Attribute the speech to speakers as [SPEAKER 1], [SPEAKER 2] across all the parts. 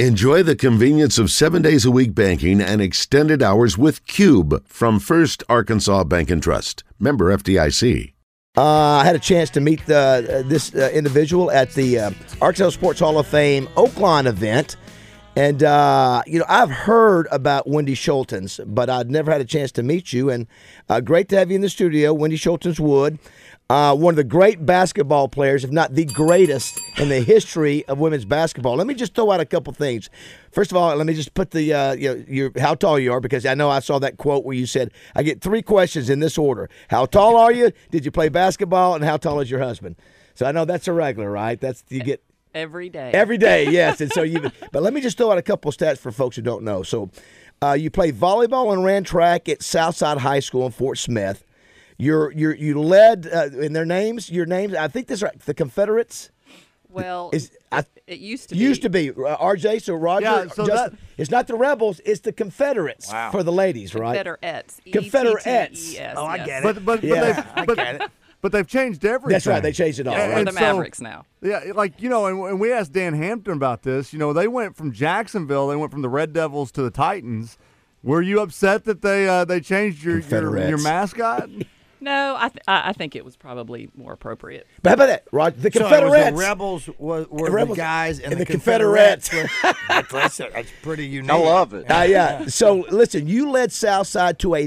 [SPEAKER 1] Enjoy the convenience of seven days a week banking and extended hours with Cube from First Arkansas Bank and Trust. Member FDIC.
[SPEAKER 2] Uh, I had a chance to meet the, uh, this uh, individual at the uh, Arkansas Sports Hall of Fame Oakland event. And, uh, you know, I've heard about Wendy Schultens, but I'd never had a chance to meet you. And uh, great to have you in the studio, Wendy Schultens Wood, uh, one of the great basketball players, if not the greatest in the history of women's basketball. Let me just throw out a couple things. First of all, let me just put the, uh, you know, your, how tall you are, because I know I saw that quote where you said, I get three questions in this order How tall are you? Did you play basketball? And how tall is your husband? So I know that's a regular, right? That's, you get.
[SPEAKER 3] Every day.
[SPEAKER 2] Every day, yes. And so you, but let me just throw out a couple of stats for folks who don't know. So, uh, you played volleyball and ran track at Southside High School in Fort Smith. You're, you're, you led uh, in their names. Your names, I think this is right, the Confederates.
[SPEAKER 3] well,
[SPEAKER 2] Is I
[SPEAKER 3] it used to be.
[SPEAKER 2] used to be uh, R.J. So Roger.
[SPEAKER 4] Yeah, so
[SPEAKER 2] Justin-
[SPEAKER 4] that-
[SPEAKER 2] it's not the rebels. It's the Confederates
[SPEAKER 4] Wow.
[SPEAKER 2] for the ladies, right?
[SPEAKER 3] Confederates. E
[SPEAKER 2] Confederates.
[SPEAKER 3] E-T-T-E-S,
[SPEAKER 2] Oh, I
[SPEAKER 3] yes.
[SPEAKER 2] get it.
[SPEAKER 4] But but
[SPEAKER 2] Yeah, I
[SPEAKER 4] but they've but, but they've changed everything.
[SPEAKER 2] That's right. They changed it all.
[SPEAKER 4] Yeah,
[SPEAKER 2] right?
[SPEAKER 3] We're
[SPEAKER 4] and
[SPEAKER 3] the
[SPEAKER 4] so-
[SPEAKER 3] Mavericks now.
[SPEAKER 4] Yeah, like you know, and, and we asked Dan Hampton about this. You know, they went from Jacksonville, they went from the Red Devils to the Titans. Were you upset that they uh, they changed your your,
[SPEAKER 2] Confederates.
[SPEAKER 4] your mascot?
[SPEAKER 3] No, I, th- I I think it was probably more appropriate.
[SPEAKER 2] But how about that, Roger? The
[SPEAKER 5] So it was
[SPEAKER 2] Confederates.
[SPEAKER 5] the rebels were, were
[SPEAKER 2] Rebels
[SPEAKER 5] the guys, and,
[SPEAKER 2] and the
[SPEAKER 5] the,
[SPEAKER 2] Confederates.
[SPEAKER 5] Confederates. were- that's, that's, that's pretty unique.
[SPEAKER 6] I love it.
[SPEAKER 2] Uh, yeah. So listen, you led Southside to a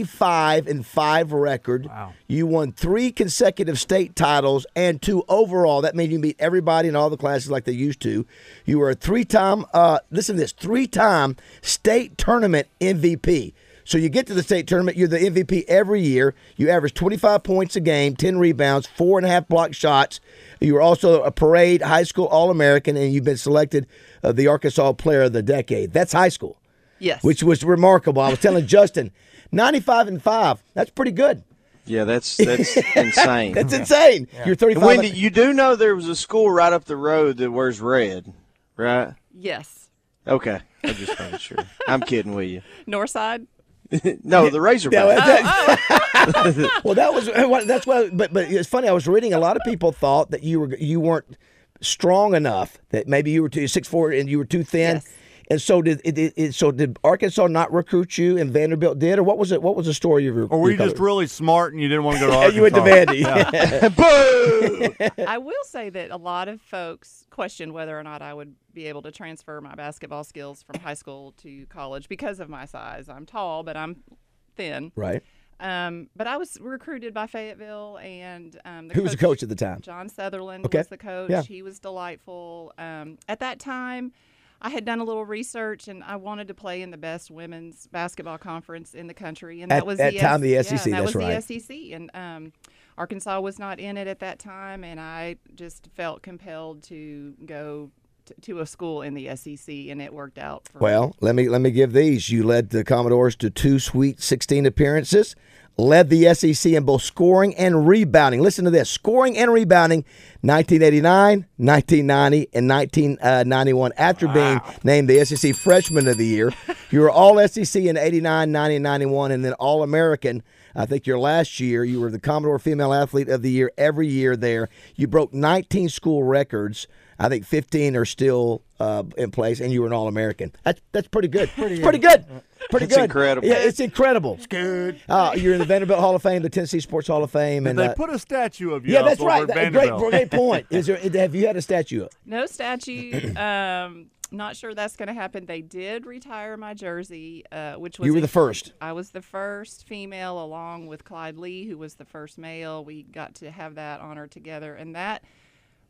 [SPEAKER 2] 95 and 5 record. Wow. You won three consecutive state titles and two overall. That means you beat everybody in all the classes like they used to. You were a three time, uh, listen to this, three time state tournament MVP. So you get to the state tournament, you're the MVP every year. You average 25 points a game, 10 rebounds, four and a half block shots. You were also a parade high school All American, and you've been selected uh, the Arkansas Player of the Decade. That's high school
[SPEAKER 3] Yes.
[SPEAKER 2] which was remarkable. I was telling Justin, 95 and 5. That's pretty good.
[SPEAKER 6] Yeah, that's that's insane.
[SPEAKER 2] That's insane. You're 35.
[SPEAKER 6] Wendy, you do know there was a school right up the road that wears red, right?
[SPEAKER 3] yes.
[SPEAKER 6] Okay, I just making sure. I'm kidding with you.
[SPEAKER 3] Northside.
[SPEAKER 6] No, the
[SPEAKER 2] No,
[SPEAKER 6] Razorback.
[SPEAKER 2] that- well, that was uh, what- that's why. But but it's funny. I was reading. A lot of people thought that you were you weren't strong enough. That maybe you were too six four and you were too thin.
[SPEAKER 3] Yes.
[SPEAKER 2] And so did it, it, it- so did Arkansas not recruit you and Vanderbilt did or what was it? What was the story of your?
[SPEAKER 4] Or were you
[SPEAKER 2] your
[SPEAKER 4] just
[SPEAKER 2] college?
[SPEAKER 4] really smart and you didn't want to go to
[SPEAKER 2] Yeah,
[SPEAKER 4] Arkansas?
[SPEAKER 2] you went to Vandy.
[SPEAKER 6] Boo!
[SPEAKER 2] Eh.
[SPEAKER 3] I will say that a lot of folks questioned whether or not I would be able to transfer my basketball skills from high school to college because of my size. I'm tall, but I'm thin.
[SPEAKER 2] right.
[SPEAKER 3] Um, but I was recruited by Fayetteville, and um, the
[SPEAKER 2] Who was the coach at the time?
[SPEAKER 3] John Sutherland
[SPEAKER 2] Okay.
[SPEAKER 3] was the coach.
[SPEAKER 2] Yeah.
[SPEAKER 3] He was delightful. Um, at that time, I had done a little research, and I wanted to play in the best women's basketball conference in the country, and
[SPEAKER 2] At-
[SPEAKER 3] that was
[SPEAKER 2] at
[SPEAKER 3] the
[SPEAKER 2] time, the
[SPEAKER 3] yeah,
[SPEAKER 2] SEC,
[SPEAKER 3] and that
[SPEAKER 2] that's
[SPEAKER 3] was
[SPEAKER 2] right.
[SPEAKER 3] the SEC, and um, Arkansas was not in it at that time, and I just felt compelled to go. t- To a school in the SEC, and it worked out for
[SPEAKER 2] Well, let me let me give these. You led the Commodores to two Sweet 16 appearances, led the SEC in both scoring and rebounding. Listen to this: scoring and rebounding, 1989, 1990, and 1991. After being named the SEC Freshman of the Year, you were All SEC in 89, 90, 91, and then All American. I think your last year, you were the Commodore Female Athlete of the Year every year there. You broke 19 school records. I think 15 are still uh, in place, and you were an All American. That's that's pretty good. Pretty, pretty good. Pretty
[SPEAKER 6] It's
[SPEAKER 2] good.
[SPEAKER 6] incredible.
[SPEAKER 2] Yeah, it's incredible. It's good. Uh, you're in the Vanderbilt Hall of Fame, the Tennessee Sports Hall of Fame, and
[SPEAKER 4] They
[SPEAKER 2] uh,
[SPEAKER 4] put a statue of you.
[SPEAKER 2] yeah,
[SPEAKER 4] up
[SPEAKER 2] that's
[SPEAKER 4] over
[SPEAKER 2] right.
[SPEAKER 4] at
[SPEAKER 2] That- great,
[SPEAKER 4] Vanderbilt.
[SPEAKER 2] great point. Is there? Have you had a statue? up?
[SPEAKER 3] No statue. um, not sure that's going to happen. They did retire my jersey, uh, which was
[SPEAKER 2] You were
[SPEAKER 3] a-
[SPEAKER 2] the first.
[SPEAKER 3] I was the first female, along with Clyde Lee, who was the first male. We got to have that honor together, and that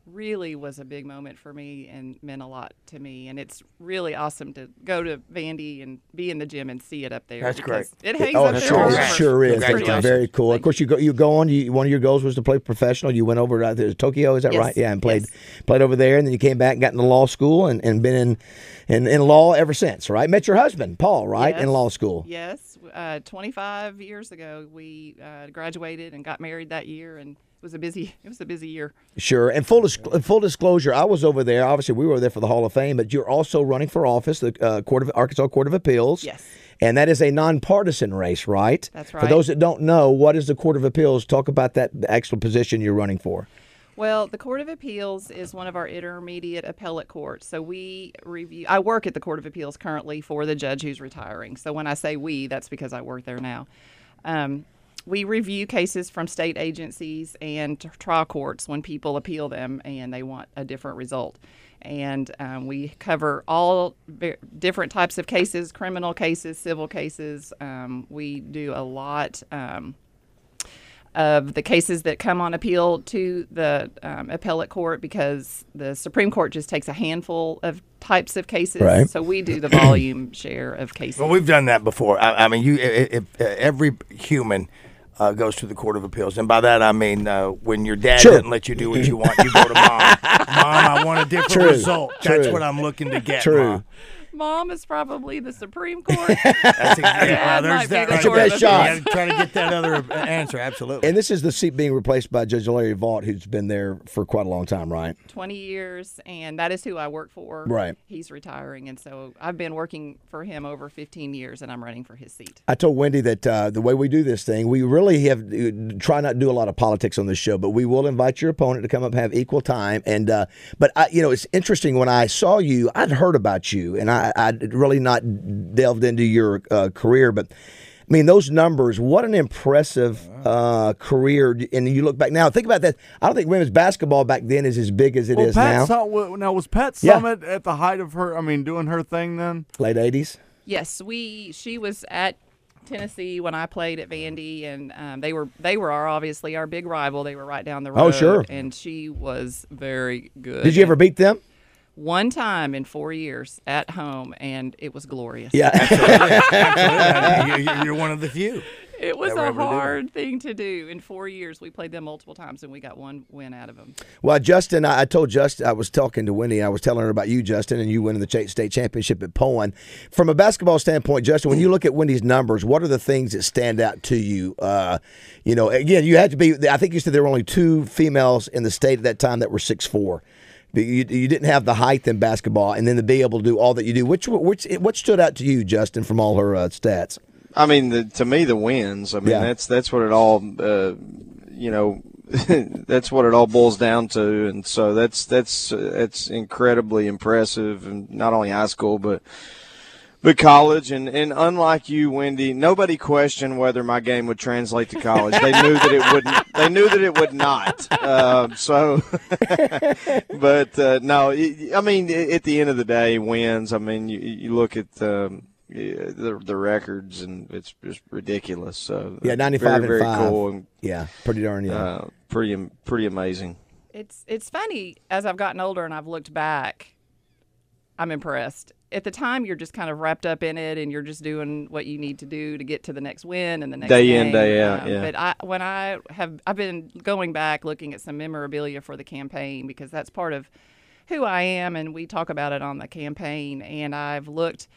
[SPEAKER 3] really was a big moment for me and meant a lot to me. And it's really awesome to go to Vandy and be in the gym and see it up there.
[SPEAKER 5] That's
[SPEAKER 3] because It hangs
[SPEAKER 2] Oh,
[SPEAKER 3] up
[SPEAKER 2] it
[SPEAKER 3] there.
[SPEAKER 2] sure,
[SPEAKER 3] forever.
[SPEAKER 2] it sure is. That's
[SPEAKER 3] Pretty awesome.
[SPEAKER 2] very cool. Of
[SPEAKER 3] Thank
[SPEAKER 2] course, you go. You go on. You, one of your goals was to play professional. You went over to Tokyo. Is that
[SPEAKER 3] Yes,
[SPEAKER 2] right? Yeah, and played
[SPEAKER 3] yes.
[SPEAKER 2] played over there, and then you came back and got into law school, and, and been in, in in law ever since. Right? Met your husband, Paul. Right? In
[SPEAKER 3] Yes.
[SPEAKER 2] law school.
[SPEAKER 3] Yes, uh, 25 years ago we uh, graduated and got married that year, and it was a busy it was a busy year.
[SPEAKER 2] Sure. And full dis- full disclosure, I was over there. Obviously, we were there for the Hall of Fame, but you're also running for office, the uh, Court of Arkansas Court of Appeals.
[SPEAKER 3] Yes.
[SPEAKER 2] And that is a nonpartisan race, right?
[SPEAKER 3] That's
[SPEAKER 2] For
[SPEAKER 3] right.
[SPEAKER 2] those that don't know, what is the Court of Appeals? Talk about that the actual position you're running for.
[SPEAKER 3] Well, the Court of Appeals is one of our intermediate appellate courts. So we review, I work at the Court of Appeals currently for the judge who's retiring. So when I say we, that's because I work there now. Um, we review cases from state agencies and t- trial courts when people appeal them and they want a different result. And um, we cover all ver- different types of cases criminal cases, civil cases. Um, we do a lot. Um, of the cases that come on appeal to the um, appellate court because the Supreme Court just takes a handful of types of cases.
[SPEAKER 2] Right.
[SPEAKER 3] So we do the volume share of cases.
[SPEAKER 5] Well, we've done that before. I, I mean, you, if, if, uh, every human uh, goes to the court of appeals, and by that I mean uh, when your dad
[SPEAKER 2] True.
[SPEAKER 5] didn't let you do what you want, you go to mom. mom, I want a different
[SPEAKER 2] True.
[SPEAKER 5] result. That's
[SPEAKER 2] True.
[SPEAKER 5] what I'm looking to get.
[SPEAKER 2] True.
[SPEAKER 5] Mom.
[SPEAKER 3] Mom is probably the Supree Court.
[SPEAKER 5] That's exactly.
[SPEAKER 3] Dad
[SPEAKER 5] there's
[SPEAKER 3] might be
[SPEAKER 5] that.
[SPEAKER 3] the
[SPEAKER 5] right
[SPEAKER 2] Court
[SPEAKER 5] there.
[SPEAKER 2] of That's your best
[SPEAKER 5] You gotta Try to get that other uh, answer. Absolutely.
[SPEAKER 2] And this is the seat being replaced by Judge Larry Vaught, who's been there for quite a long time, right?
[SPEAKER 3] 20 years, and that is who I work for.
[SPEAKER 2] Right.
[SPEAKER 3] He's retiring, and so I've been working for him over 15 years, and I'm running for his seat.
[SPEAKER 2] I told Wendy that uh, the way we do this thing, we really have try not to do a lot of politics on this show, but we will invite your opponent to come up and have equal time. And uh, but I, you know, it's interesting when I saw you, I'd heard about you, and I I'd really not delved into your uh, career, but. I mean those numbers. What an impressive uh, career! And you look back now. Think about that. I don't think women's basketball back then is as big as it is
[SPEAKER 4] Well, Pat
[SPEAKER 2] now.
[SPEAKER 4] Sum- wa- now was Pat
[SPEAKER 2] Yeah.
[SPEAKER 4] Summit at the height of her? I mean, doing her thing then.
[SPEAKER 2] Late eighties.
[SPEAKER 3] Yes, we. She was at Tennessee when I played at Vandy, and um, they were they were our obviously our big rival. They were right down the road.
[SPEAKER 2] Oh, sure.
[SPEAKER 3] And she was very good.
[SPEAKER 2] Did you ever beat them?
[SPEAKER 3] One time in four years at home, and it was glorious.
[SPEAKER 2] Yeah.
[SPEAKER 5] Absolutely. You- you- You're one of the few.
[SPEAKER 3] it was
[SPEAKER 5] Never
[SPEAKER 3] a
[SPEAKER 5] ever did it.
[SPEAKER 3] hard thing to do. In four years, we played them multiple times, and we got one win out of them.
[SPEAKER 2] Well, Justin, I, I told Justin, I was talking to Winnie, I was telling her about you, Justin, and you winning the cha- state championship at Poen. From a basketball standpoint, Justin, when you look at Wendy's numbers, what are the things that stand out to you? Uh, you know, again, you had to be, I think you said there were only two females in the state at that time that were 6'4. But You, you didn't have the height in basketball, and then to be able to do all that you do. Which which what stood out to you, Justin, from all her uh, stats?
[SPEAKER 6] I mean, the, to me, the wins. I mean,
[SPEAKER 2] Yeah.
[SPEAKER 6] that's that's what it all, uh, you know, that's what it all boils down to. And so that's that's uh, that's incredibly impressive, and not only high school, but but college. And and unlike you, Wendy, nobody questioned whether my game would translate to college. they knew that it wouldn't. They knew that it would not. Um so. but uh, no, it- I mean, i- at the end of the day, wins. I mean, you, you look at um, yeah, the the records, and it's just ridiculous. So
[SPEAKER 2] Yeah,
[SPEAKER 6] uh,
[SPEAKER 2] 95 and
[SPEAKER 6] very, very
[SPEAKER 2] 5.
[SPEAKER 6] cool and
[SPEAKER 2] Yeah, pretty darn yeah.
[SPEAKER 6] uh, pretty am- pretty amazing.
[SPEAKER 3] It's it's funny as I've gotten older and I've looked back, I'm impressed. At the time, you're just kind of wrapped up in it, and you're just doing what you need to do to get to the next win and the next
[SPEAKER 6] Day
[SPEAKER 3] game.
[SPEAKER 6] in,
[SPEAKER 3] Um,
[SPEAKER 6] day out, yeah.
[SPEAKER 3] But I, when I have, I've been going back looking at some memorabilia for the campaign because that's part of who I am, and we talk about it on the campaign. And I've looked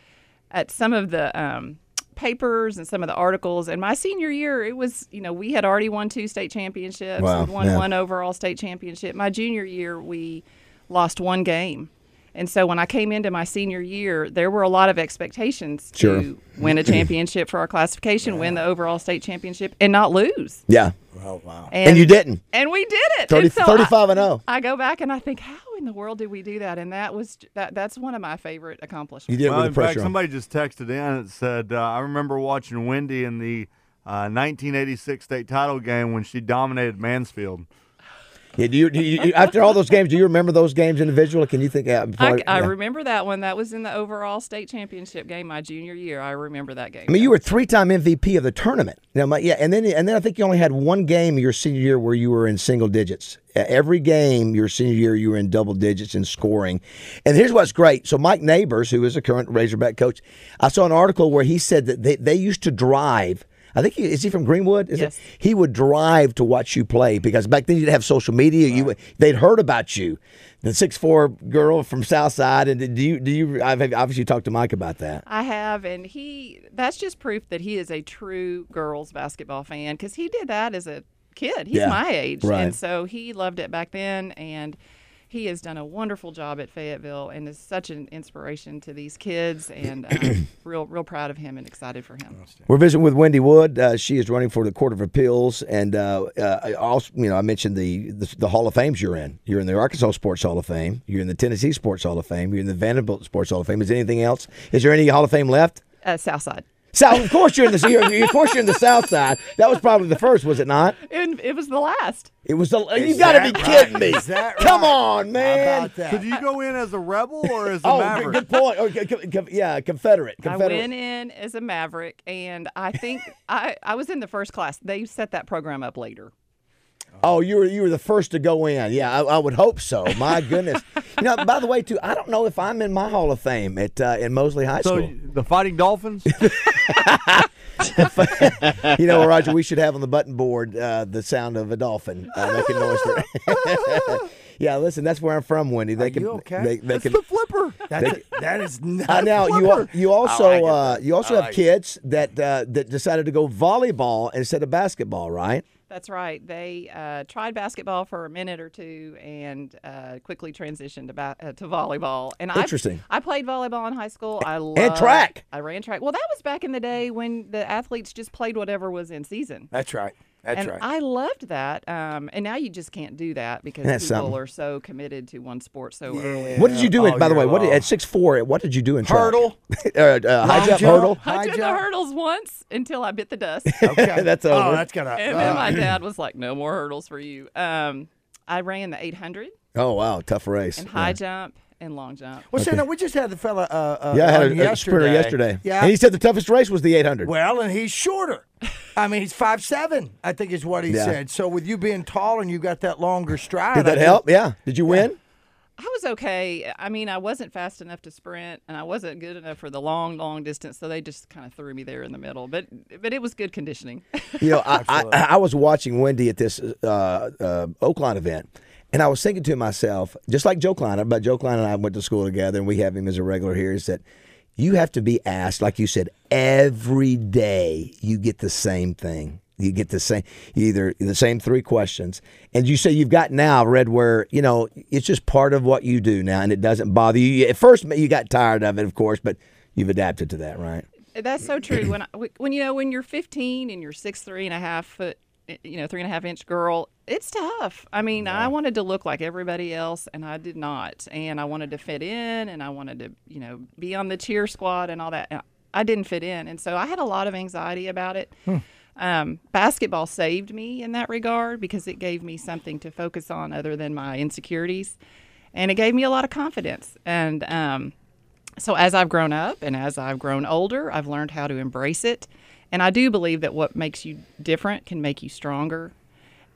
[SPEAKER 3] at some of the um, papers and some of the articles. And my senior year, it was you know we had already won two state championships,
[SPEAKER 2] Wow,
[SPEAKER 3] We'd won
[SPEAKER 2] yeah.
[SPEAKER 3] one overall state championship. My junior year, we lost one game. And so when I came into my senior year, there were a lot of expectations
[SPEAKER 2] Sure.
[SPEAKER 3] to win a championship for our classification, win the overall state championship, and not lose.
[SPEAKER 2] yeah,
[SPEAKER 5] Oh wow.
[SPEAKER 2] and you didn't.
[SPEAKER 3] And we did it.
[SPEAKER 2] 30,
[SPEAKER 3] and so I-
[SPEAKER 2] 35 and oh. 0.
[SPEAKER 3] I go back and I think, how in the world did we do that? And that was that. That's one of my favorite accomplishments.
[SPEAKER 2] You did it
[SPEAKER 4] Well,
[SPEAKER 2] with
[SPEAKER 4] in
[SPEAKER 2] the pressure.
[SPEAKER 4] fact,
[SPEAKER 2] on.
[SPEAKER 4] somebody just texted in and said, uh, "I remember watching Wendy in the uh, 1986 state title game when she dominated Mansfield."
[SPEAKER 2] Yeah, do you, do you, you- after all those games, do you remember those games individually? Can you think? Yeah,
[SPEAKER 3] I,
[SPEAKER 2] probably-
[SPEAKER 3] I
[SPEAKER 2] yeah.
[SPEAKER 3] remember that one. That was in the overall state championship game my junior year. I remember that game.
[SPEAKER 2] I mean, you were three-time MVP of the tournament. Now, my, yeah, and then and then I think you only had one game your senior year where you were in single digits. Uh, Every game your senior year, you were in double digits in scoring. And here's what's great: so Mike Neighbors, who is a current Razorback coach, I saw an article where he said that they, they used to drive. I think he, is he from Greenwood? Is it-
[SPEAKER 3] Yes.
[SPEAKER 2] he would drive to watch you play because back then you didn't have social media. You they'd heard about you, the six four girl from Southside, and do you do you? I've obviously talked to Mike about that.
[SPEAKER 3] I have, and he that's just proof that he is a true girls basketball fan because he did that as a kid. He's
[SPEAKER 2] Yeah,
[SPEAKER 3] my age,
[SPEAKER 2] right.
[SPEAKER 3] and so he loved it back then. And he has done a wonderful job at Fayetteville and is such an inspiration to these kids. And uh, real, real proud of him and excited for him.
[SPEAKER 2] We're visiting with Wendy Wood. Uh, she is running for the Court of Appeals, and uh, uh, I also, you know, I mentioned the, the the Hall of Fames you're in. You're in the Arkansas Sports Hall of Fame. You're in the Tennessee Sports Hall of Fame. You're in the Vanderbilt Sports Hall of Fame. Is there anything else? Is there any Hall of Fame left?
[SPEAKER 3] Uh, Southside.
[SPEAKER 2] South, of course you're in the you're, of course you're in the South Side. That was probably the first, was it not?
[SPEAKER 3] And it was the last.
[SPEAKER 2] It was the. you got to be kidding me! Come on, man!
[SPEAKER 4] Could you go in as a rebel or as a
[SPEAKER 2] Oh, good,
[SPEAKER 4] maverick?
[SPEAKER 2] good point. Oh, co- co- co- yeah, Confederate. Confederate.
[SPEAKER 3] I went in as a Maverick, and I think I, I was in the first class. They set that program up later.
[SPEAKER 2] Oh, you were you were the first to go in. Yeah, I, I would hope so. My goodness. you know, by the way, too, I don't know if I'm in my Hall of Fame at uh, in Mosley High
[SPEAKER 4] So
[SPEAKER 2] School.
[SPEAKER 4] you- the Fighting Dolphins.
[SPEAKER 2] you know, Roger, we should have on the button board uh, the sound of a dolphin uh, making noise. For- yeah, listen, that's where I'm from, Wendy. They can.
[SPEAKER 5] you okay?
[SPEAKER 2] They, they
[SPEAKER 4] That's
[SPEAKER 2] can.
[SPEAKER 4] the flipper.
[SPEAKER 5] That's that is not.
[SPEAKER 2] Uh, now you al- you also
[SPEAKER 5] like it,
[SPEAKER 2] uh,
[SPEAKER 5] though.
[SPEAKER 2] you also
[SPEAKER 5] I
[SPEAKER 2] have
[SPEAKER 5] like it.
[SPEAKER 2] kids that uh, that decided to go volleyball instead of basketball, right?
[SPEAKER 3] That's right. They uh, tried basketball for a minute or two and uh, quickly transitioned to, ba- uh, to volleyball. And I-
[SPEAKER 2] Interesting.
[SPEAKER 3] I, played volleyball in high school. I loved,
[SPEAKER 2] track.
[SPEAKER 3] I ran track. Well, that was back in the day when the athletes just played whatever was in season.
[SPEAKER 5] That's right. That's
[SPEAKER 3] and
[SPEAKER 5] right.
[SPEAKER 3] I loved that. Um, and now you just can't do that because
[SPEAKER 2] That's
[SPEAKER 3] people
[SPEAKER 2] something.
[SPEAKER 3] are so committed to one sport so early.
[SPEAKER 2] What did you do? in,
[SPEAKER 5] all
[SPEAKER 2] by the way,
[SPEAKER 5] year
[SPEAKER 2] what did,
[SPEAKER 5] long.
[SPEAKER 2] at six four? What did you do in track?
[SPEAKER 5] Oh, Hurdle.
[SPEAKER 2] uh, uh, high
[SPEAKER 5] Long
[SPEAKER 2] jump,
[SPEAKER 5] jump.
[SPEAKER 2] hurdle?
[SPEAKER 3] I
[SPEAKER 5] High
[SPEAKER 3] did the
[SPEAKER 5] jump.
[SPEAKER 3] hurtles once until I bit the dust.
[SPEAKER 5] Okay.
[SPEAKER 2] That's
[SPEAKER 5] oh,
[SPEAKER 2] over.
[SPEAKER 5] that's gonna.
[SPEAKER 3] And then my dad was like, "No more hurdles for you." Um, I ran the 800
[SPEAKER 2] Oh wow, tough race.
[SPEAKER 3] and high jump and long jump.
[SPEAKER 5] Well, Santa, we just had the fella. Uh, uh,
[SPEAKER 2] Yeah, I had a,
[SPEAKER 5] on
[SPEAKER 2] a sprinter yesterday.
[SPEAKER 5] Yeah.
[SPEAKER 2] And he said the toughest race was the 800.
[SPEAKER 5] well, and he's shorter. I mean, he's five seven. I think is what he
[SPEAKER 2] Yeah.
[SPEAKER 5] said. So with you being tall and you got that longer stride,
[SPEAKER 2] Did
[SPEAKER 5] I
[SPEAKER 2] that
[SPEAKER 5] think-
[SPEAKER 2] help? Yeah. Did you win?
[SPEAKER 3] I was okay. I mean, I wasn't fast enough to sprint, and I wasn't good enough for the long, long distance. So they just kind of threw me there in the middle. But but it was good conditioning.
[SPEAKER 2] You know, I, I, I was watching Wendy at this uh, uh, Oakline event, and I was thinking to myself, just like Joe Klein, but Joe Klein and I went to school together, and we have him as a regular here, is that you have to be asked, like you said, every day you get the same thing. You get the same, either the same three questions. And you say you've got now, Red, where, you know, it's just part of what you do now, and it doesn't bother you. At first, you got tired of it, of course, but you've adapted to that, right?
[SPEAKER 3] That's so true. When I, when you know when you're 15 and you're six three and a half foot, eh, you know three and a half inch girl, it's tough. I mean, I wanted to look like everybody else, and I did not. And I wanted to fit in, and I wanted to you know be on the cheer squad and all that. And I didn't fit in, and so I had a lot of anxiety about it. Um, basketball saved me in that regard because it gave me something to focus on other than my insecurities, and it gave me a lot of confidence. And um, so as I've grown up and as I've grown older, I've learned how to embrace it. And I do believe that what makes you different can make you stronger.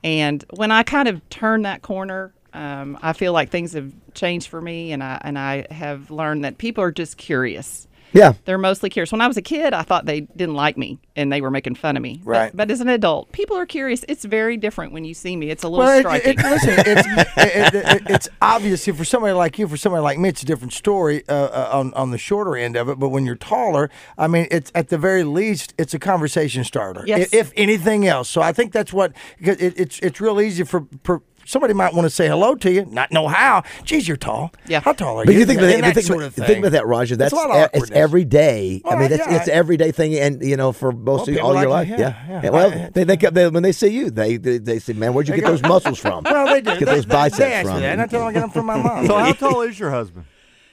[SPEAKER 3] And when I kind of turn that corner, um, I feel like things have changed for me, and I and I have learned that people are just curious.
[SPEAKER 2] Yeah.
[SPEAKER 3] They're mostly curious. When I was a kid, I thought they didn't like me and they were making fun of me. But-
[SPEAKER 5] Right.
[SPEAKER 3] But, as an adult, people are curious. It's very different when you see me. It's a little
[SPEAKER 5] Well, it,
[SPEAKER 3] striking.
[SPEAKER 5] it, listen, it's, it, it, it, it's obvious here for somebody like you, for somebody like me, it's a different story uh, uh, on on the shorter end of it. But when you're taller, I mean, it's at the very least, it's a conversation starter, i-
[SPEAKER 3] Yes.
[SPEAKER 5] if anything else. So I think that's what 'cause it, it's it's real easy for. for Somebody might want to say hello to you, not know how. Geez, you're tall.
[SPEAKER 3] Yeah.
[SPEAKER 5] How tall are
[SPEAKER 2] But
[SPEAKER 5] you?
[SPEAKER 2] you think about
[SPEAKER 5] And
[SPEAKER 2] that,
[SPEAKER 5] that
[SPEAKER 2] think,
[SPEAKER 5] sort
[SPEAKER 2] about-
[SPEAKER 5] of thing.
[SPEAKER 2] think about that, Roger. That's
[SPEAKER 5] a lot of
[SPEAKER 2] e- it's
[SPEAKER 5] awkwardness.
[SPEAKER 2] every day. I
[SPEAKER 5] Well,
[SPEAKER 2] mean, that's
[SPEAKER 5] yeah,
[SPEAKER 2] it's
[SPEAKER 5] I-
[SPEAKER 2] everyday thing, and you know, for most of you,
[SPEAKER 5] people
[SPEAKER 2] all your
[SPEAKER 5] like
[SPEAKER 2] life.
[SPEAKER 5] me,
[SPEAKER 2] Yeah,
[SPEAKER 5] yeah, yeah.
[SPEAKER 2] Well,
[SPEAKER 5] I-
[SPEAKER 2] they, they, they when they see you, they they, they say, "Man, where'd you get those muscles from?
[SPEAKER 5] Well, they do.
[SPEAKER 2] Get
[SPEAKER 5] They-
[SPEAKER 2] those
[SPEAKER 5] they- they
[SPEAKER 2] biceps
[SPEAKER 5] ask me
[SPEAKER 2] from.
[SPEAKER 5] that, and I tell them I got them from my mom.
[SPEAKER 4] So how tall is your husband?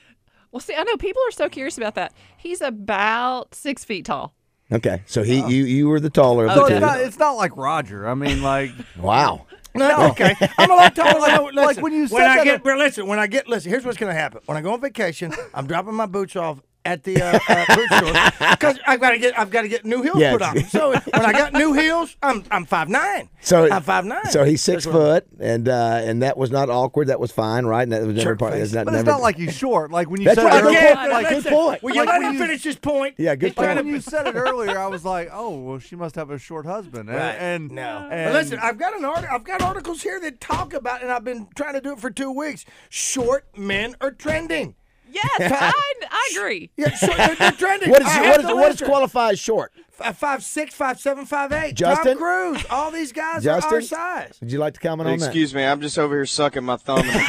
[SPEAKER 3] well, see, I know people are so curious about that. He's about six feet tall.
[SPEAKER 2] Okay, so he you you were the taller of
[SPEAKER 4] So
[SPEAKER 5] Oh,
[SPEAKER 2] the two.
[SPEAKER 4] it's not, it's not like Roger. I mean, like
[SPEAKER 2] wow.
[SPEAKER 5] No, okay. I'm a lot taller. Like, listen,
[SPEAKER 4] like when
[SPEAKER 5] when
[SPEAKER 4] you
[SPEAKER 5] you
[SPEAKER 4] said
[SPEAKER 5] I
[SPEAKER 4] that-
[SPEAKER 2] uh,
[SPEAKER 5] get, bro, listen, when I get, listen, here's what's gonna happen. When I go on vacation, I'm dropping my boots off at the uh, uh, boot store because I've got to get, I've got to get new heels
[SPEAKER 2] Yeah.
[SPEAKER 5] put on. So when I got new heels, I'm, I'm five nine.
[SPEAKER 2] So
[SPEAKER 5] I'm five nine.
[SPEAKER 2] So he's six foot, and uh, and that was not awkward. That was fine, right? And that was never
[SPEAKER 5] Jerk
[SPEAKER 2] part.
[SPEAKER 5] face.
[SPEAKER 2] that's Not,
[SPEAKER 4] But
[SPEAKER 2] never,
[SPEAKER 4] it's not like he's short. Like when you
[SPEAKER 2] That's
[SPEAKER 4] said
[SPEAKER 2] right.
[SPEAKER 4] it
[SPEAKER 2] Again,
[SPEAKER 4] earlier, like,
[SPEAKER 2] good point.
[SPEAKER 5] Will you
[SPEAKER 4] Like
[SPEAKER 5] let
[SPEAKER 4] when
[SPEAKER 5] him
[SPEAKER 4] you-
[SPEAKER 5] finish this point?
[SPEAKER 2] Yeah, good
[SPEAKER 4] like
[SPEAKER 2] point.
[SPEAKER 4] when you said it earlier, I was like, oh, well, she must have a short husband. And,
[SPEAKER 5] Right.
[SPEAKER 4] and
[SPEAKER 5] no.
[SPEAKER 4] and-
[SPEAKER 5] But listen, I've got an art- I've got articles here that talk about, and I've been trying to do it for two weeks. Short men are trending.
[SPEAKER 3] Yes, I, I agree.
[SPEAKER 5] Yeah, so they're, they're trying to.
[SPEAKER 2] What is
[SPEAKER 5] I have
[SPEAKER 2] what is
[SPEAKER 5] to
[SPEAKER 2] what is
[SPEAKER 5] listen.
[SPEAKER 2] qualified short?
[SPEAKER 5] F- Five six, five seven, five eight.
[SPEAKER 2] Justin?
[SPEAKER 5] Tom Cruise. All these guys
[SPEAKER 2] Justin?
[SPEAKER 5] are our size.
[SPEAKER 2] Would you like to comment on that?
[SPEAKER 6] Excuse me, I'm just over here sucking my thumb in the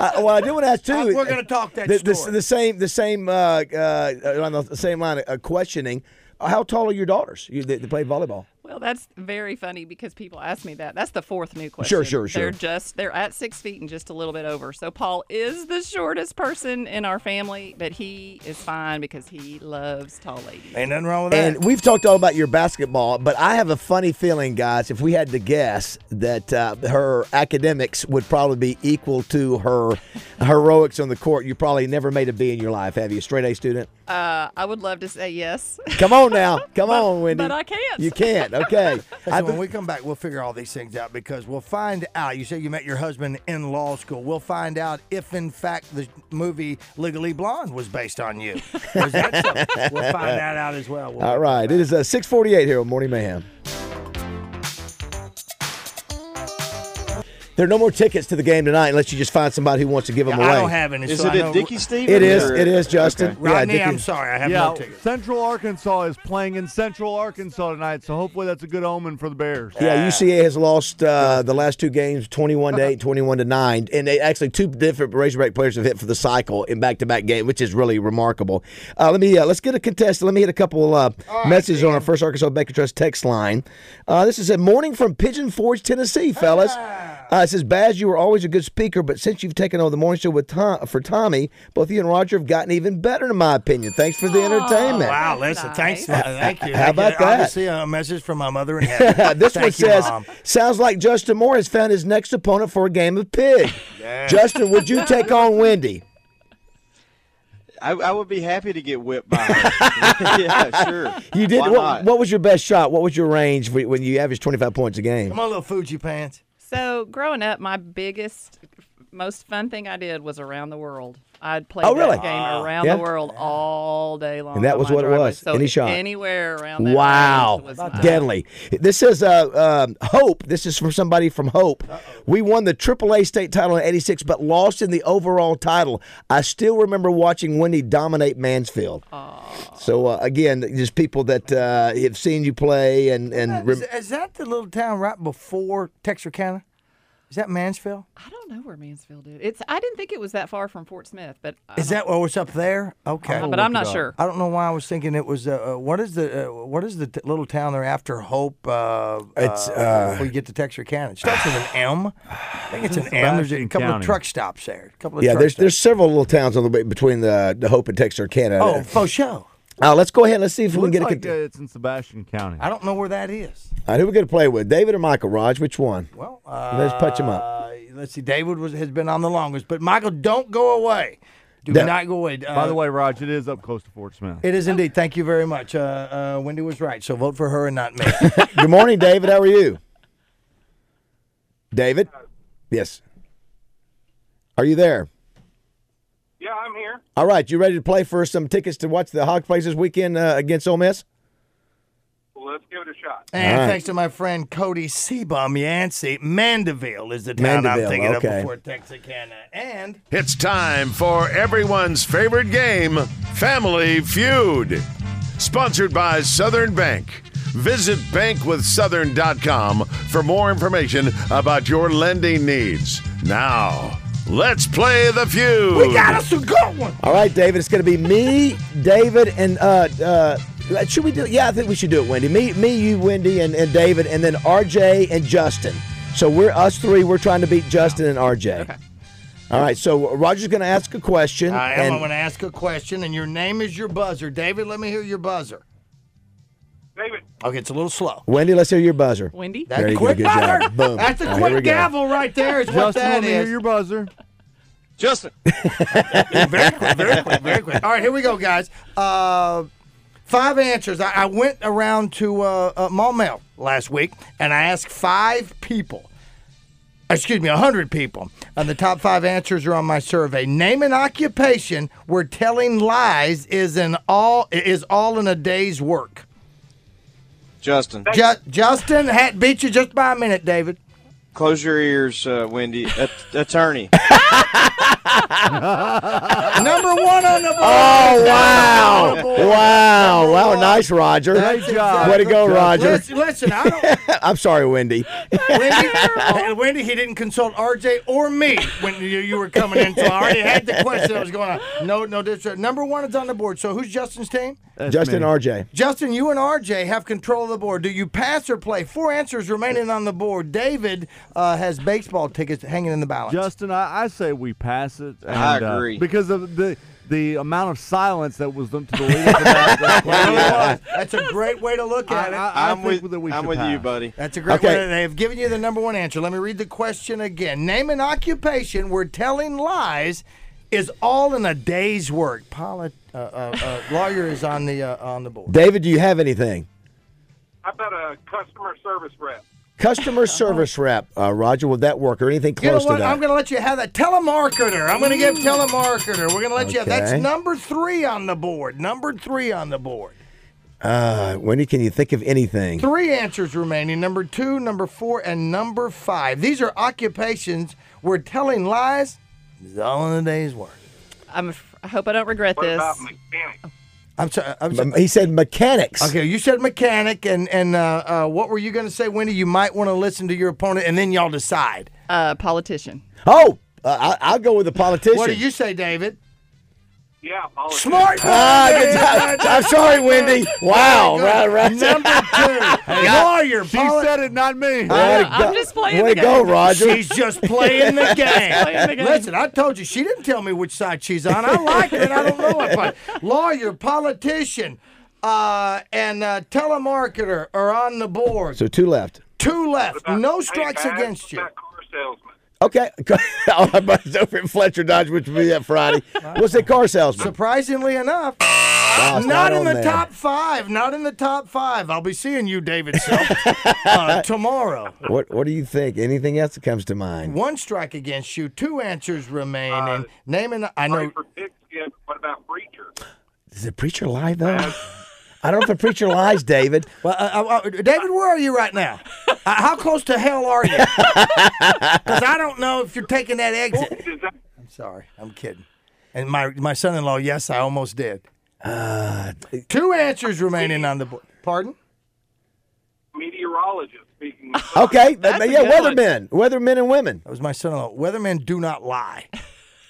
[SPEAKER 2] I, well, I do want to ask too.
[SPEAKER 5] Uh, we're gonna talk that
[SPEAKER 2] the, the,
[SPEAKER 5] story.
[SPEAKER 2] the same, the same, uh, uh, on the same line of uh, questioning. Uh, How tall are your daughters? You, they, they play volleyball.
[SPEAKER 3] Well, that's very funny because people ask me that. That's the fourth new question.
[SPEAKER 2] Sure, sure, sure.
[SPEAKER 3] They're just they're at six feet and just a little bit over. So Paul is the shortest person in our family, but he is fine because he loves tall ladies.
[SPEAKER 5] Ain't nothing wrong with that.
[SPEAKER 2] And we've talked all about your basketball, but I have a funny feeling, guys. If we had to guess, that uh, her academics would probably be equal to her heroics on the court. You probably never made a B in your life, have you? Straight A student.
[SPEAKER 3] Uh, I would love to say yes.
[SPEAKER 2] Come on now, come on, Wendy.
[SPEAKER 3] but I can't.
[SPEAKER 2] You can't. Okay.
[SPEAKER 5] So when we come back, we'll figure all these things out because we'll find out. You say you met your husband in law school. We'll find out if, in fact, the movie Legally Blonde was based on you. Was that something? We'll find that out as well. We'll
[SPEAKER 2] All right. It is uh, six forty-eight here on Morning Mayhem. There are no more tickets to the game tonight unless you just find somebody who wants to give them away.
[SPEAKER 5] I don't have any.
[SPEAKER 6] corner. Is
[SPEAKER 5] so
[SPEAKER 6] it
[SPEAKER 5] I
[SPEAKER 6] a
[SPEAKER 5] know-
[SPEAKER 6] Dickie Stevens?
[SPEAKER 2] it is.
[SPEAKER 6] or-
[SPEAKER 2] It is Justin.
[SPEAKER 6] Okay.
[SPEAKER 5] Rodney,
[SPEAKER 2] Dickie-
[SPEAKER 5] I'm sorry. I have
[SPEAKER 4] Yeah,
[SPEAKER 5] no tickets.
[SPEAKER 4] Central Arkansas is playing in Central Arkansas tonight, so hopefully that's a good omen for the Bears.
[SPEAKER 2] Yeah, UCA has lost uh, the last two games, twenty-one to eight, twenty-one to nine, and they actually two different Razorback players have hit for the cycle in back-to-back game, which is really remarkable. Uh, let me uh, let's get a contest. Let me hit a couple uh, messages on our first Arkansas Bank and Trust text line. Uh, this is a morning from Pigeon Forge, Tennessee, fellas. Uh, it says, Baz, you were always a good speaker, but since you've taken over the morning show with Tom, for Tommy, both you and Roger have gotten even better, in my opinion. Thanks for the entertainment.
[SPEAKER 5] Wow, listen, thanks. uh, Thank you.
[SPEAKER 2] How
[SPEAKER 5] I
[SPEAKER 2] about
[SPEAKER 5] get,
[SPEAKER 2] that?
[SPEAKER 5] Obviously, a message from my mother in heaven.
[SPEAKER 2] this
[SPEAKER 5] Thank
[SPEAKER 2] one
[SPEAKER 5] you,
[SPEAKER 2] says,
[SPEAKER 5] Mom.
[SPEAKER 2] "Sounds like Justin Moore has found his next opponent for a game of pig." Justin, would you take on Wendy?
[SPEAKER 6] I, I would be happy to get whipped by. her. yeah, sure.
[SPEAKER 2] You did.
[SPEAKER 6] Why
[SPEAKER 2] What,
[SPEAKER 6] not?
[SPEAKER 2] what was your best shot? What was your range wh- when you averaged twenty five points a game?
[SPEAKER 5] Come on, little Fuji pants.
[SPEAKER 3] So growing up, my biggest, most fun thing I did was around the world. I'd play
[SPEAKER 2] Oh,
[SPEAKER 3] that
[SPEAKER 2] really?
[SPEAKER 3] game around
[SPEAKER 2] Yeah.
[SPEAKER 3] the world all day long.
[SPEAKER 2] And that
[SPEAKER 3] on
[SPEAKER 2] was
[SPEAKER 3] my
[SPEAKER 2] what it
[SPEAKER 3] driveway.
[SPEAKER 2] was,
[SPEAKER 3] So
[SPEAKER 2] any shot.
[SPEAKER 3] anywhere around. That
[SPEAKER 2] Wow,
[SPEAKER 3] range was my-
[SPEAKER 2] deadly! This is uh, um, Hope. This is from somebody from Hope. We won the AAA state title in '86, but lost in the overall title. I still remember watching Wendy dominate Mansfield. So uh, again, just people that uh, have seen you play and and
[SPEAKER 5] Is,
[SPEAKER 2] rem-
[SPEAKER 5] is that the little town right before Texarkana? Is that Mansfield?
[SPEAKER 3] I don't know where Mansfield is. It's. I didn't think it was that far from Fort Smith, but uh, I
[SPEAKER 5] Is that oh, it's up there? Okay,
[SPEAKER 3] don't- But I'm not sure.
[SPEAKER 5] I don't know why I was thinking it was. Uh, uh, what is the uh, what is the t- little town there after Hope? Uh,
[SPEAKER 2] It's, uh,
[SPEAKER 5] before you get to Texarkana. It starts with an M. I think it's an M. There's a
[SPEAKER 4] Sebastian
[SPEAKER 5] couple of
[SPEAKER 4] County.
[SPEAKER 5] truck stops there. A couple of
[SPEAKER 2] Yeah,
[SPEAKER 5] truck
[SPEAKER 2] there's
[SPEAKER 5] stops.
[SPEAKER 2] there's several little towns on the way between the the Hope and Texarkana.
[SPEAKER 5] oh for sure.
[SPEAKER 2] Uh, let's go ahead. Let's see if we can
[SPEAKER 4] Looks
[SPEAKER 2] get a.
[SPEAKER 4] like,
[SPEAKER 2] cont-
[SPEAKER 4] uh, it's in Sebastian County.
[SPEAKER 5] I don't know where that is.
[SPEAKER 2] All right, who we going to play with? David or Michael? Raj, which one?
[SPEAKER 5] Well, uh,
[SPEAKER 2] Let's punch him up.
[SPEAKER 5] Uh, let's see. David was, has been on the longest, but Michael, don't go away. Do
[SPEAKER 2] That-
[SPEAKER 5] not go away. Uh,
[SPEAKER 4] By the way, Raj, it is up close to Fort Smith.
[SPEAKER 5] it is indeed. Thank you very much. Uh, uh, Wendy was right. So vote for her and not me.
[SPEAKER 2] Good morning, David. How are you? David? Yes. Are you there?
[SPEAKER 7] Yeah, I'm here.
[SPEAKER 2] All right, you ready to play for some tickets to watch the Hawks plays this weekend uh, against Ole Miss?
[SPEAKER 7] Well, let's give it a shot.
[SPEAKER 5] and
[SPEAKER 2] All right.
[SPEAKER 5] thanks to my friend Cody Seabum Yancey, Mandeville is the town
[SPEAKER 2] Mandeville,
[SPEAKER 5] I'm thinking
[SPEAKER 2] okay.
[SPEAKER 5] of before Texarkana. And
[SPEAKER 1] It's time for everyone's favorite game, Family Feud. Sponsored by Southern Bank. Visit bankwithsouthern.com for more information about your lending needs. Now, let's play the feud.
[SPEAKER 5] we got us a good one.
[SPEAKER 2] All right, David, it's going to be me, David, and uh, uh, should we do? Yeah, I think we should do it, Wendy. Me, me, you, Wendy, and, and David, and then RJ and Justin. So we're us three. We're trying to beat Justin and RJ. Okay. All right. So Roger's going to ask a question.
[SPEAKER 5] I am.
[SPEAKER 2] and-
[SPEAKER 5] I'm going to ask a question, and your name is your buzzer. David, let me hear your buzzer.
[SPEAKER 7] David,
[SPEAKER 5] Okay, it's a little slow.
[SPEAKER 2] Wendy, let's hear your buzzer.
[SPEAKER 3] Wendy.
[SPEAKER 5] That's
[SPEAKER 2] There
[SPEAKER 5] a
[SPEAKER 2] you go.
[SPEAKER 5] quick
[SPEAKER 2] Good
[SPEAKER 5] buzzer.
[SPEAKER 2] job. Boom.
[SPEAKER 5] That's a
[SPEAKER 2] All right, here we
[SPEAKER 5] quick
[SPEAKER 2] go.
[SPEAKER 5] gavel right there. Is what
[SPEAKER 4] Justin, let
[SPEAKER 5] that
[SPEAKER 4] me hear
[SPEAKER 5] is.
[SPEAKER 4] your buzzer.
[SPEAKER 6] Justin.
[SPEAKER 5] very quick, very quick, very quick. All right, here we go, guys. Uh, five answers. I, I went around to uh, uh, Mall Mail last week and I asked five people, excuse me, 100 people, and the top five answers are on my survey. Name an occupation where telling lies is an all is all in a day's work.
[SPEAKER 6] Justin.
[SPEAKER 5] Ju- Justin had beat you just by a minute, David.
[SPEAKER 6] Close your ears, uh, Wendy. At- attorney.
[SPEAKER 5] Number one on the board.
[SPEAKER 2] Oh wow! Wow! Wow! Nice, Roger.
[SPEAKER 4] Great job.
[SPEAKER 2] Way to go,
[SPEAKER 4] Good job.
[SPEAKER 2] Roger.
[SPEAKER 5] Listen, listen, I don't.
[SPEAKER 2] I'm sorry, Wendy.
[SPEAKER 5] Wendy, and Wendy, he didn't consult RJ or me when you, you were coming in, so I already had the question that was going on. No, no disrespect. Number one is on the board. So who's Justin's team?
[SPEAKER 4] That's
[SPEAKER 2] Justin
[SPEAKER 4] me.
[SPEAKER 2] RJ.
[SPEAKER 5] Justin, you and RJ have control of the board. Do you pass or play? Four answers remaining on the board. David uh, has baseball tickets hanging in the balance.
[SPEAKER 4] Justin, I, I say we pass it. And,
[SPEAKER 6] I
[SPEAKER 4] uh,
[SPEAKER 6] agree.
[SPEAKER 4] because of the the amount of silence that was done to the lead up to that, that play.
[SPEAKER 5] Well, That's a great way to look
[SPEAKER 4] I,
[SPEAKER 5] at it.
[SPEAKER 4] I, I
[SPEAKER 6] I'm
[SPEAKER 4] think
[SPEAKER 6] with,
[SPEAKER 4] that we
[SPEAKER 6] I'm
[SPEAKER 4] should
[SPEAKER 6] with you,
[SPEAKER 4] pass.
[SPEAKER 6] buddy.
[SPEAKER 5] That's a great
[SPEAKER 2] Okay.
[SPEAKER 5] one. They have given you the number one answer. Let me read the question again. Name an occupation where telling lies is all in a day's work. Polit- uh, uh, uh, lawyer is on the uh, on the board.
[SPEAKER 2] David, do you have anything?
[SPEAKER 7] How about a customer service rep?
[SPEAKER 2] Customer service rep, uh, Roger. Would that work, or anything
[SPEAKER 5] Uh-huh. You know
[SPEAKER 2] close to
[SPEAKER 5] what?
[SPEAKER 2] that?
[SPEAKER 5] I'm going to let you have that. Telemarketer. I'm going to give telemarketer. We're going to let you have
[SPEAKER 2] Okay.
[SPEAKER 5] That's number three on the board. Number three on the board.
[SPEAKER 2] uh, Wendy, can you think of anything?
[SPEAKER 5] Three answers remaining number two, number four, and number five. These are occupations where telling lies is all in a day's work.
[SPEAKER 3] I'm, af- I hope I don't regret
[SPEAKER 7] What
[SPEAKER 3] this.
[SPEAKER 7] about mechanic?
[SPEAKER 5] I'm sorry. I'm sorry.
[SPEAKER 2] M- He said mechanics.
[SPEAKER 5] Okay, you said mechanic, and and uh, uh, what were you going to say, Wendy? You might want to listen to your opponent, and then y'all decide.
[SPEAKER 3] Uh, politician.
[SPEAKER 2] Oh, uh, I, I'll go with the politician.
[SPEAKER 5] What do you say, David?
[SPEAKER 7] Yeah, politician.
[SPEAKER 5] Smart.
[SPEAKER 2] Ah,
[SPEAKER 5] boy,
[SPEAKER 2] good job. I'm sorry, Wendy.
[SPEAKER 5] Oh
[SPEAKER 2] Wow, right, right.
[SPEAKER 5] Number two, lawyer.
[SPEAKER 4] She
[SPEAKER 5] poli-
[SPEAKER 4] said it, not me.
[SPEAKER 2] Way to
[SPEAKER 3] I'm
[SPEAKER 2] go-
[SPEAKER 3] just playing
[SPEAKER 2] Way to
[SPEAKER 3] the
[SPEAKER 2] go,
[SPEAKER 3] game.
[SPEAKER 2] Roger.
[SPEAKER 5] She's just playing the, game.
[SPEAKER 3] playing the game.
[SPEAKER 5] Listen, I told you she didn't tell me which side she's on. I like it. I don't know what part. Lawyer, politician, uh, and uh, telemarketer are on the board.
[SPEAKER 2] So two left.
[SPEAKER 5] Two left. No
[SPEAKER 7] Hey,
[SPEAKER 5] strikes
[SPEAKER 7] Max,
[SPEAKER 5] against
[SPEAKER 7] what
[SPEAKER 5] you.
[SPEAKER 7] about car salesman.
[SPEAKER 2] Okay. All my buddies over at Fletcher Dodge, which will be that Friday. What's the car salesman?
[SPEAKER 5] Surprisingly enough,
[SPEAKER 2] Wow, it's
[SPEAKER 5] not, in
[SPEAKER 2] on
[SPEAKER 5] the
[SPEAKER 2] there.
[SPEAKER 5] top five. Not in the top five. I'll be seeing you, David Self, uh, tomorrow.
[SPEAKER 2] What What do you think? Anything else that comes to mind?
[SPEAKER 5] One strike against you. Two answers remaining. Naming, I know.
[SPEAKER 7] Uh, Sorry for Dick Skip. What about preacher?
[SPEAKER 2] Is the preacher lie though? I don't know if the preacher lies, David.
[SPEAKER 5] Well, uh, uh, uh, David, where are you right now? Uh, how close to hell are you? Because I don't know if you're taking that exit.
[SPEAKER 7] Is that
[SPEAKER 5] I'm sorry. I'm kidding. And my my son-in-law, yes, I almost did. Uh, Two answers remaining on the board. Pardon?
[SPEAKER 7] meteorologist speaking?
[SPEAKER 2] Okay. th-
[SPEAKER 3] That's a
[SPEAKER 2] yeah,
[SPEAKER 3] good one.
[SPEAKER 2] weathermen. Weathermen and women.
[SPEAKER 5] That was my son-in-law. Weathermen do not lie.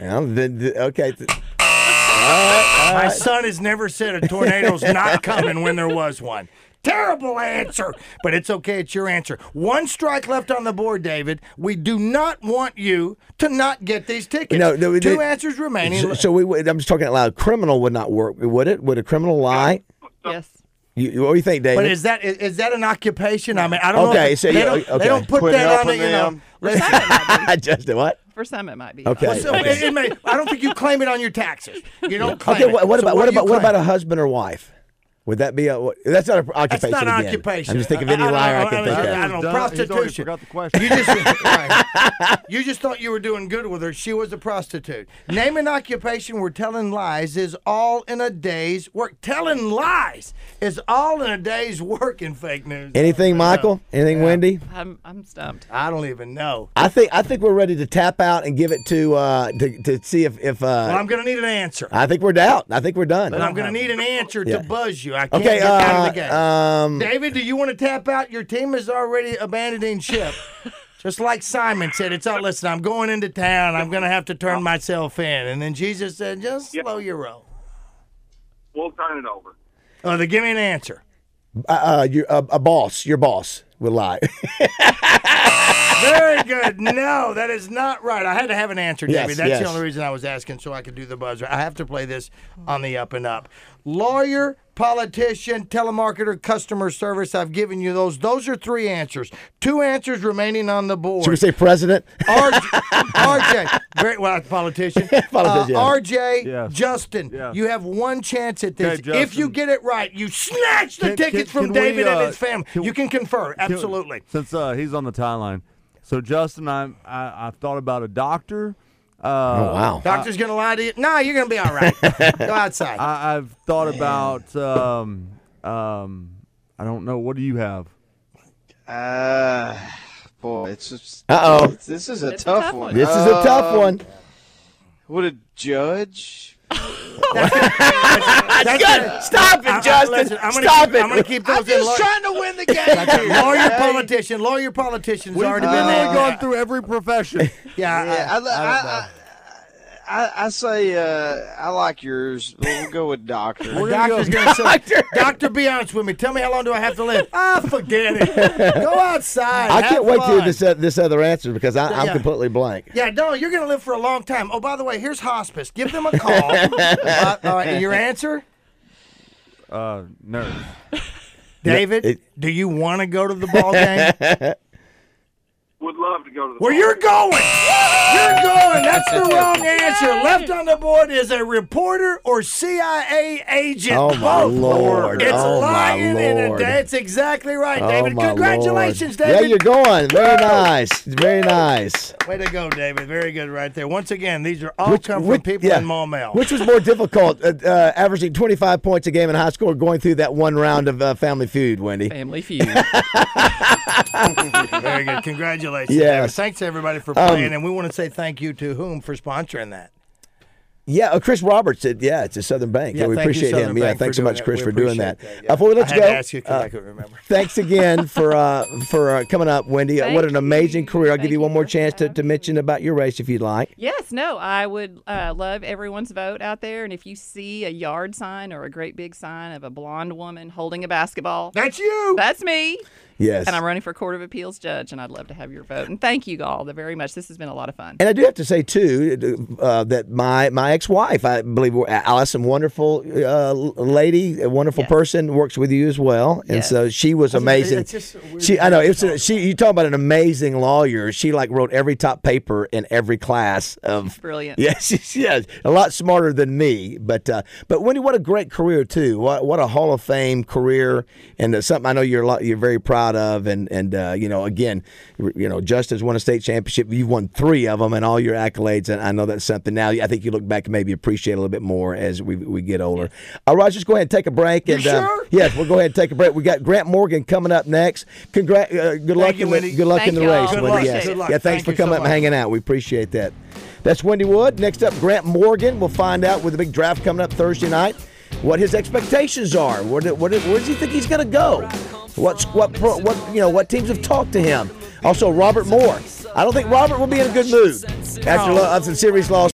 [SPEAKER 2] Well, th- th- okay. th-
[SPEAKER 5] My son has never said a tornado's not coming when there was one. Terrible answer, but it's okay. It's your answer. One strike left on the board, David. We do not want you to not get these tickets.
[SPEAKER 2] No, no, we
[SPEAKER 5] two
[SPEAKER 2] did-
[SPEAKER 5] answers remaining.
[SPEAKER 2] so, so we, would- I'm just talking out loud. Criminal would not work, would it? Would a criminal lie?
[SPEAKER 3] Yes.
[SPEAKER 2] You, you- what do you think, David?
[SPEAKER 5] but is that is, is that an occupation? I mean, I don't know.
[SPEAKER 2] Okay,
[SPEAKER 5] if-
[SPEAKER 2] so
[SPEAKER 5] they,
[SPEAKER 2] you-
[SPEAKER 5] don't,
[SPEAKER 2] okay.
[SPEAKER 5] they don't put
[SPEAKER 6] Putting
[SPEAKER 5] that
[SPEAKER 6] up
[SPEAKER 5] on
[SPEAKER 6] on
[SPEAKER 5] it. You know,
[SPEAKER 6] them.
[SPEAKER 5] Listen,
[SPEAKER 2] Justin, what?
[SPEAKER 3] For some, it might be.
[SPEAKER 2] Okay.
[SPEAKER 5] well, so it- it may- I don't think you claim it on your taxes. You don't claim
[SPEAKER 2] Okay,
[SPEAKER 5] it.
[SPEAKER 2] what, what
[SPEAKER 5] So
[SPEAKER 2] about what
[SPEAKER 5] do you
[SPEAKER 2] about what
[SPEAKER 5] claim?
[SPEAKER 2] about a husband or wife? Would that be a? What, that's not an
[SPEAKER 5] That's
[SPEAKER 2] occupation.
[SPEAKER 5] not an
[SPEAKER 2] again.
[SPEAKER 5] occupation.
[SPEAKER 2] I'm just thinking of any
[SPEAKER 5] I- I don't-
[SPEAKER 2] liar I, can
[SPEAKER 5] I don't-
[SPEAKER 2] think
[SPEAKER 5] I
[SPEAKER 2] of.
[SPEAKER 5] don't- I don't know.
[SPEAKER 4] Done. He's already
[SPEAKER 5] Prostitution.
[SPEAKER 4] forgot the question.
[SPEAKER 5] You just, right. you just thought you were doing good with her. She was a prostitute. Name an occupation where telling lies is all in a day's work. Telling lies is all in a day's work in fake news.
[SPEAKER 2] Anything, Michael? Anything, Wendy?
[SPEAKER 3] I'm, I'm stumped.
[SPEAKER 5] I don't even know.
[SPEAKER 2] I think I think we're ready to tap out and give it to uh, to, to see if if
[SPEAKER 5] Well,
[SPEAKER 2] uh,
[SPEAKER 5] I'm going to need an answer.
[SPEAKER 2] I think we're out. I think we're done.
[SPEAKER 5] And I'm going to need an answer
[SPEAKER 2] Yeah.
[SPEAKER 5] to buzz you. I can't
[SPEAKER 2] Okay,
[SPEAKER 5] get out of the
[SPEAKER 2] uh,
[SPEAKER 5] game.
[SPEAKER 2] um,
[SPEAKER 5] David, do you want to tap out? Your team is already abandoning ship. Just like Simon said, it's all listen, I'm going into town. I'm going to have to turn myself in. And then Jesus said, just slow your roll.
[SPEAKER 7] We'll turn it over.
[SPEAKER 5] Oh, they give me an answer.
[SPEAKER 2] uh, you a, a boss, your boss would lie.
[SPEAKER 5] Very good. No, that is not right. I had to have an answer,
[SPEAKER 2] Yes,
[SPEAKER 5] David. That's
[SPEAKER 2] yes.
[SPEAKER 5] the only reason I was asking so I could do the buzzer. I have to play this on the up and up. Lawyer, politician, telemarketer, customer service. I've given you those. Those are three answers. Two answers remaining on the board.
[SPEAKER 2] Should we say president?
[SPEAKER 5] RJ, RJ, very well, politician.
[SPEAKER 2] Politician.
[SPEAKER 5] Uh, RJ,
[SPEAKER 4] Yes.
[SPEAKER 5] Justin,
[SPEAKER 4] Yes.
[SPEAKER 5] you have one chance at this.
[SPEAKER 4] Okay,
[SPEAKER 5] if you
[SPEAKER 4] Justin.
[SPEAKER 5] get it right, you snatch the
[SPEAKER 4] Can-
[SPEAKER 5] tickets
[SPEAKER 4] can- can
[SPEAKER 5] from
[SPEAKER 4] we,
[SPEAKER 5] David
[SPEAKER 4] uh,
[SPEAKER 5] and his family.
[SPEAKER 4] can-
[SPEAKER 5] you can confer,
[SPEAKER 4] Can-
[SPEAKER 5] absolutely.
[SPEAKER 4] Since uh, he's on the tie line, so Justin, I, I I've thought about a doctor. Uh,
[SPEAKER 2] oh wow.
[SPEAKER 5] Doctor's gonna lie to you. No, you're gonna be all right. Go outside.
[SPEAKER 4] I, I've thought about um um I don't know. What do you have?
[SPEAKER 6] Uh, boy, it's just,
[SPEAKER 2] Uh oh.
[SPEAKER 6] this is a
[SPEAKER 3] It's a
[SPEAKER 6] tough
[SPEAKER 3] tough
[SPEAKER 6] one.
[SPEAKER 3] one.
[SPEAKER 2] This is a tough
[SPEAKER 6] Um,
[SPEAKER 2] one.
[SPEAKER 6] Would a judge?
[SPEAKER 5] That's
[SPEAKER 2] Good. Stop
[SPEAKER 5] I- I-
[SPEAKER 2] it, Justin.
[SPEAKER 5] listen, I'm gonna
[SPEAKER 2] Stop
[SPEAKER 5] keep-
[SPEAKER 2] it.
[SPEAKER 5] I'm gonna keep those
[SPEAKER 6] I'm
[SPEAKER 5] in
[SPEAKER 6] just
[SPEAKER 5] law-
[SPEAKER 6] trying to win the game.
[SPEAKER 5] That's
[SPEAKER 6] here,
[SPEAKER 5] it. lawyer
[SPEAKER 6] okay?
[SPEAKER 5] politician, lawyer politician's
[SPEAKER 4] We've
[SPEAKER 5] already
[SPEAKER 4] already
[SPEAKER 5] been there.
[SPEAKER 4] gone through every profession.
[SPEAKER 5] yeah,
[SPEAKER 6] Yeah,
[SPEAKER 5] uh,
[SPEAKER 6] I,
[SPEAKER 5] I, I, don't know.
[SPEAKER 6] I, I, I, I say uh, I like yours. We'll go with doctor.
[SPEAKER 4] We're gonna
[SPEAKER 5] Doctor's
[SPEAKER 4] go-
[SPEAKER 5] gonna say, doctor. be honest with me. Tell me how long do I have to live? Ah, forget it. Go outside.
[SPEAKER 2] I
[SPEAKER 5] have
[SPEAKER 2] can't wait to hear
[SPEAKER 5] fun.
[SPEAKER 2] this uh, this other answer because I, I'm
[SPEAKER 5] Yeah.
[SPEAKER 2] completely blank.
[SPEAKER 5] Yeah, no, you're gonna live for a long time. Oh, by the way, here's hospice. Give them a call. uh, all right, and your answer,
[SPEAKER 4] uh, nerd.
[SPEAKER 5] David. do you want to go to the ball game?
[SPEAKER 7] Would love to go to the.
[SPEAKER 5] Where
[SPEAKER 7] ball.
[SPEAKER 5] you're going? You're going. That's the wrong answer. Left on the board is a reporter or CIA agent.
[SPEAKER 2] Oh, my
[SPEAKER 5] Both.
[SPEAKER 2] Lord.
[SPEAKER 5] It's
[SPEAKER 2] Oh, my
[SPEAKER 5] lying in a
[SPEAKER 2] Lord.
[SPEAKER 5] day. That's exactly right, David.
[SPEAKER 2] oh my
[SPEAKER 5] Congratulations,
[SPEAKER 2] Lord.
[SPEAKER 5] David.
[SPEAKER 2] Yeah, you're going. Very nice. Very nice.
[SPEAKER 5] Way to go, David. Very good right there. Once again, these are all come from people
[SPEAKER 2] yeah.
[SPEAKER 5] in Maumelle.
[SPEAKER 2] Which was more difficult, uh, uh, averaging 25 points a game in high school or going through that one round of uh, Family Feud, Wendy?
[SPEAKER 3] Family feud.
[SPEAKER 5] Very good. Congratulations.
[SPEAKER 2] Yes.
[SPEAKER 5] David. Thanks everybody for
[SPEAKER 2] Um,
[SPEAKER 5] playing, and we want to say thank you to whom for sponsoring that.
[SPEAKER 2] Yeah, uh, Chris Roberts. It, yeah, it's a Southern Bank. Yeah,
[SPEAKER 5] Yeah,
[SPEAKER 2] we
[SPEAKER 5] thank you,
[SPEAKER 2] appreciate
[SPEAKER 5] Southern
[SPEAKER 2] him. Yeah,
[SPEAKER 5] Bank, for
[SPEAKER 2] thanks so
[SPEAKER 5] doing
[SPEAKER 2] much,
[SPEAKER 5] that.
[SPEAKER 2] Chris,
[SPEAKER 5] We
[SPEAKER 2] for doing
[SPEAKER 5] appreciate
[SPEAKER 2] that.
[SPEAKER 5] that,
[SPEAKER 2] Uh,
[SPEAKER 5] yeah.
[SPEAKER 2] Before we
[SPEAKER 5] I
[SPEAKER 2] let
[SPEAKER 5] had
[SPEAKER 2] you go,
[SPEAKER 5] to ask you 'cause
[SPEAKER 2] uh,
[SPEAKER 5] I couldn't remember.
[SPEAKER 2] thanks again for uh, for uh, coming up, Wendy. Uh, what an
[SPEAKER 3] Thank
[SPEAKER 2] amazing
[SPEAKER 3] you.
[SPEAKER 2] career. I'll give
[SPEAKER 3] Thank
[SPEAKER 2] you one
[SPEAKER 3] you.
[SPEAKER 2] more chance to, to mention about your race if you'd like.
[SPEAKER 3] yes, no, I would uh, love everyone's vote out there. And if you see a yard sign or a great big sign of a blonde woman holding a basketball,
[SPEAKER 5] That's you.
[SPEAKER 3] that's me.
[SPEAKER 2] Yes.
[SPEAKER 3] And I'm running for Court of Appeals judge, and I'd love to have your vote. And thank you all very much. This has been a lot of fun.
[SPEAKER 2] And I do have to say too uh, that my my ex wife, I believe, Allison, wonderful uh, lady, a wonderful
[SPEAKER 3] Yes.
[SPEAKER 2] person, works with you as well, and
[SPEAKER 3] Yes.
[SPEAKER 2] so she was amazing.
[SPEAKER 5] it's just a weird
[SPEAKER 2] she, I know, it's a, she. You talk about an amazing lawyer. She like wrote every top paper in every class of.
[SPEAKER 3] Brilliant.
[SPEAKER 2] Yeah, she's yeah, a lot smarter than me. But uh, but Wendy, what a great career too. What what a Hall of Fame career, and uh, something I know you're a lot, you're very proud of. And and uh, you know, again, r- you know, Justin's won a state championship. You've won three of them, and all your accolades. And I know that's something. Now I think you look back and maybe appreciate a little bit more as we we get older. All right, let's just go ahead and take a break. And uh,
[SPEAKER 5] sure?
[SPEAKER 2] yes, we'll go ahead and take a break. We got Grant Morgan coming up next. Congrats. Uh, good luck
[SPEAKER 5] you,
[SPEAKER 2] in the,
[SPEAKER 5] Wendy.
[SPEAKER 2] good luck
[SPEAKER 3] Thank
[SPEAKER 2] in the
[SPEAKER 3] you all.
[SPEAKER 2] race,
[SPEAKER 3] Good
[SPEAKER 2] Wendy.
[SPEAKER 5] luck.
[SPEAKER 2] yes.
[SPEAKER 5] Good luck.
[SPEAKER 2] Yeah, thanks
[SPEAKER 5] Thank
[SPEAKER 2] for
[SPEAKER 5] you
[SPEAKER 2] coming
[SPEAKER 5] so
[SPEAKER 2] up and
[SPEAKER 5] much.
[SPEAKER 2] hanging out. We appreciate that. That's Wendy Wood. Next up, Grant Morgan. We'll find out with the big draft coming up Thursday night what his expectations are. Where, do, where, do, where does he think he's going to go? What's what pro, what you know? What teams have talked to him? Also, Robert Moore. I don't think Robert will be in a good mood after, lo- after the series loss.